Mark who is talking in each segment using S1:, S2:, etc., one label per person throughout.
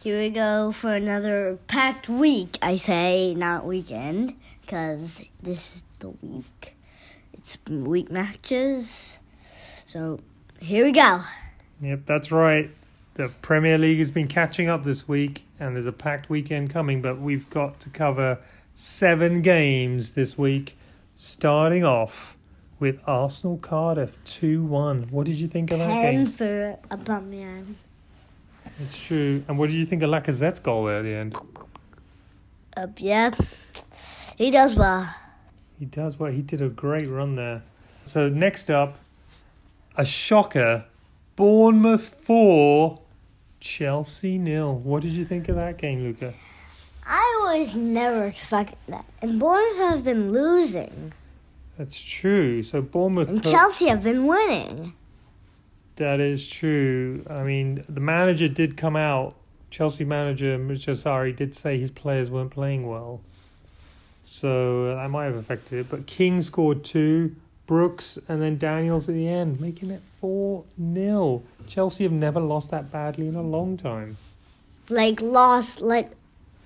S1: Here we go for another packed week, I say, not weekend, because this is the week. It's week matches. So here we go.
S2: Yep, that's right. The Premier League has been catching up this week, and there's a packed weekend coming, but we've got to cover seven games this week, starting off with Arsenal Cardiff 2 1. What did you think of that
S1: Pen
S2: game?
S1: for Aubameyang.
S2: It's true. And what did you think of Lacazette's goal there at the end?
S1: Up, yeah. He does well.
S2: He does well. He did a great run there. So next up, a shocker Bournemouth 4, Chelsea nil. What did you think of that game, Luca?
S1: I was never expecting that. And Bournemouth have been losing.
S2: That's true. So Bournemouth.
S1: And
S2: put-
S1: Chelsea have been winning.
S2: That is true. I mean, the manager did come out. Chelsea manager Maurizio Sarri did say his players weren't playing well, so uh, that might have affected it. But King scored two, Brooks, and then Daniels at the end, making it four 0 Chelsea have never lost that badly in a long time.
S1: Like lost like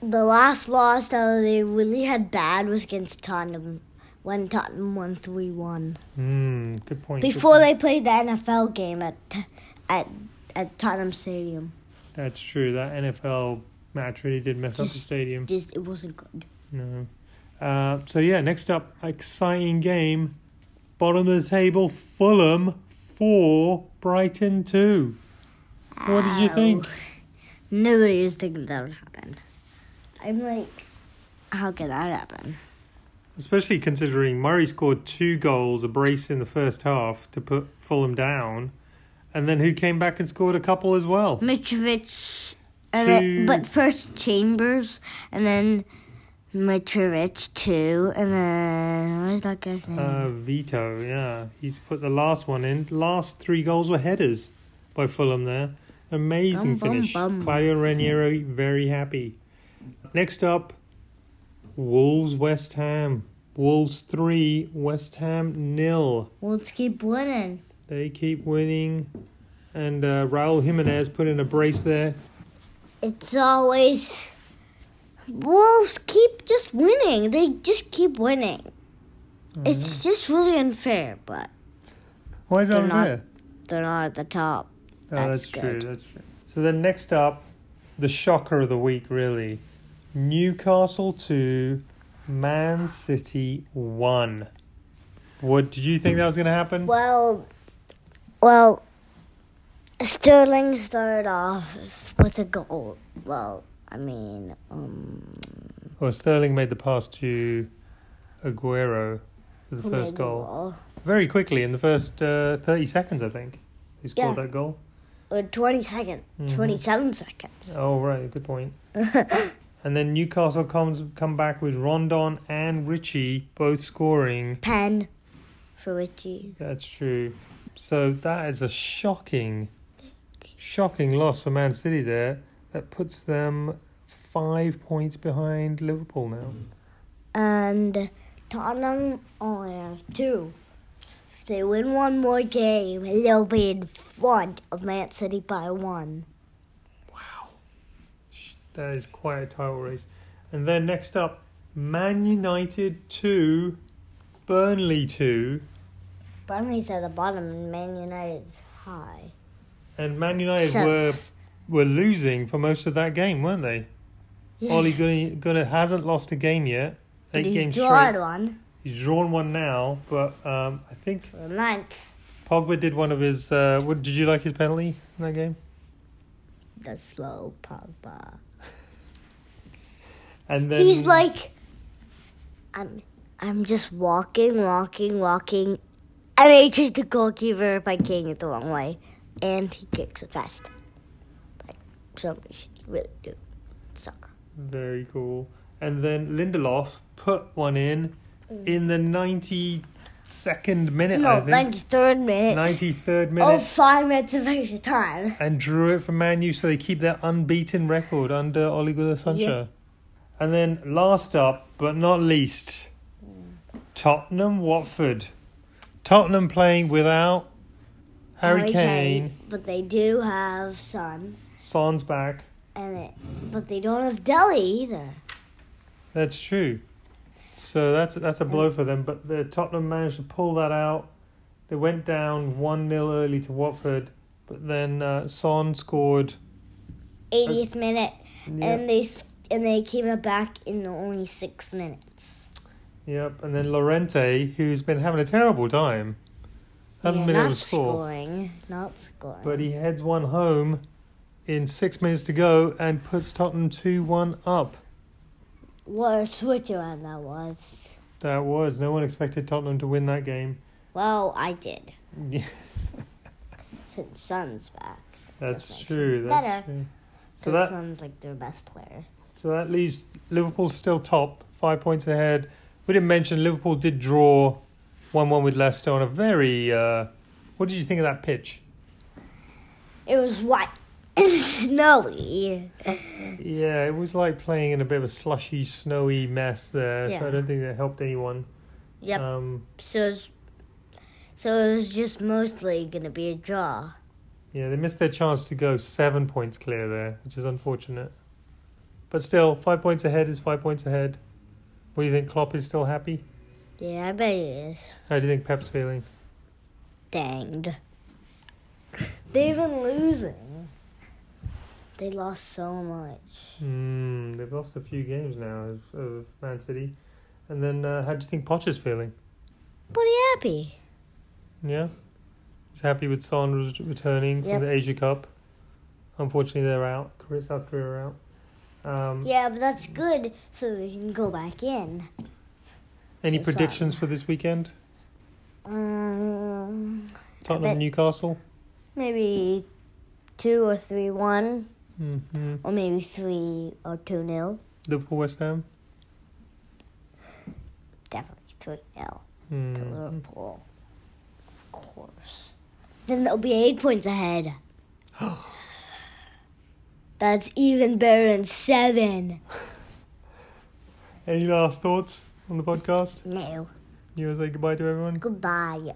S1: the last loss that they really had bad was against Tottenham when Tottenham won three one.
S2: Hmm. Good point. good
S1: Before
S2: point.
S1: they played the NFL game at at at Tottenham Stadium.
S2: That's true. That NFL match really did mess up the
S1: Just-
S2: stadium.
S1: Just it wasn't good.
S2: No. Uh, so yeah, next up, exciting game. Bottom of the table, Fulham four, Brighton two. What did you
S1: Ow.
S2: think?
S1: Nobody was thinking that would happen. I'm like how could that happen?
S2: Especially considering Murray scored two goals, a brace in the first half to put Fulham down, and then who came back and scored a couple as well.
S1: Mitrovic, and then,
S2: Two.
S1: but first Chambers, and then Mitrovic too, and then what is that guy's name?
S2: Uh, Vito, yeah, he's put the last one in. Last three goals were headers by Fulham. There, amazing
S1: Bum, bum,
S2: finish.
S1: bum.
S2: Claudio Ranieri very happy. Next up, Wolves West Ham. Wolves three, West Ham nil.
S1: well, let's keep winning.
S2: They keep winning, and uh, Raúl Jimenez put in a brace there.
S1: It's always Wolves keep just winning. They just keep winning. It's just really unfair, but
S2: Why is that
S1: They're not-
S2: unfair?
S1: they're not at the top.
S2: Oh,
S1: That's
S2: that's, true.
S1: good.
S2: That's true. So then next up, the shocker of the week, really. Newcastle 2, Man City 1. What did you think that was going to happen?
S1: Well, well, Sterling started off with a goal. Well, I mean, um,
S2: Well, Sterling made the pass to Aguero for the
S1: who
S2: first
S1: made the
S2: goal.
S1: goal?
S2: Very quickly, in the first uh, 30 seconds, I think. He scored
S1: Yeah.
S2: that goal.
S1: or 20 seconds, 27 seconds.
S2: Oh, right. Good point. and then Newcastle comes come back with Rondon and Richie both scoring.
S1: Pen for Richie.
S2: That's true. So that is a shocking, shocking loss for Man City there. That puts them five points behind Liverpool now.
S1: And Tottenham only have two. If they win one more game, they'll be in front of Man City by one.
S2: That is quite a title race. And then next up, Man United 2, Burnley 2.
S1: Burnley's at the bottom and Man United's high.
S2: And Man United
S1: So-
S2: were were losing for most of that game, weren't they?
S1: Yeah.
S2: Ollie Gunnar Gunnar hasn't lost a game yet.
S1: But
S2: Eight
S1: he's
S2: games
S1: drawn
S2: straight.
S1: one.
S2: He's drawn one now, but um, I think
S1: for ninth.
S2: Pogba did one of his. Uh, what did you like his penalty in that game?
S1: The slow Pogba.
S2: And then
S1: He's like, I'm, I'm just walking, walking, walking, and they chase the goalkeeper by kicking it the wrong way, and he kicks it fast. Like somebody should really do soccer.
S2: very cool. And then Lindelof put one in in the ninety second minute.
S1: Mm.
S2: I
S1: No,
S2: think.
S1: ninety third minute.
S2: ninety third minute.
S1: Oh, five minutes of extra time.
S2: and drew it for Man U, so they keep their unbeaten record under Ole Gunnar Solskjaer. And then last up, but not least, Tottenham Watford. Tottenham playing without Harry, Kane.
S1: But they do have Son.
S2: Son's back.
S1: and it, but they don't have Delhi either.
S2: That's true. So that's that's a blow for them. But the Tottenham managed to pull that out. They went down one 0 early to Watford, but then uh, Son scored.
S1: 80th minute,
S2: Yep,
S1: and they s- and they came up back in only six minutes.
S2: yep. And then Lorente, who's been having a terrible time, hasn't
S1: Yeah,
S2: been able to
S1: not
S2: score.
S1: scoring, not scoring.
S2: But he heads one home in six minutes to go and puts Tottenham two one up.
S1: what a switcheroo that was.
S2: That was no one expected Tottenham to win that game.
S1: Well, I did
S2: Yeah,
S1: since Son's back.
S2: that's
S1: makes it
S2: true. That's
S1: better.
S2: true. So
S1: So
S2: that
S1: Son's like their best player.
S2: So that leaves Liverpool still top, five points ahead. We didn't mention Liverpool did draw 1 1 with Leicester on a very. Uh, what did you think of that pitch?
S1: It was wet and snowy.
S2: Yeah, it was like playing in a bit of a slushy, snowy mess there, so I
S1: Yeah.
S2: don't think that helped anyone.
S1: Yep.
S2: Um,
S1: so, it's, so it was just mostly gonna be a draw.
S2: yeah, they missed their chance to go seven points clear there, which is unfortunate. But still, five points ahead is five points ahead. What do you think? Klopp is still happy?
S1: Yeah, I bet it is.
S2: How do you think Pep's feeling?
S1: Danged. They've been losing. They lost so much.
S2: Mm, they've lost a few games now of, of Man City. And then uh, how do you think Potter's feeling?
S1: Pretty happy.
S2: Yeah? He's happy with Son re- returning
S1: Yep.
S2: from the Asia Cup. Unfortunately, they're out. Korea, South Korea are out. Um,
S1: Yeah, but that's good so they can go back in.
S2: any
S1: so sad.
S2: predictions for this weekend?
S1: Um,
S2: Tottenham,
S1: bet-
S2: Newcastle?
S1: maybe two or three one,
S2: hmm
S1: or maybe three or two nil.
S2: Liverpool, West Ham?
S1: Definitely three nil to
S2: Mm.
S1: Liverpool, of course. Then they'll be eight points ahead. that's even better than seven.
S2: Any last thoughts on the podcast?
S1: No.
S2: You want to say goodbye to everyone?
S1: Goodbye.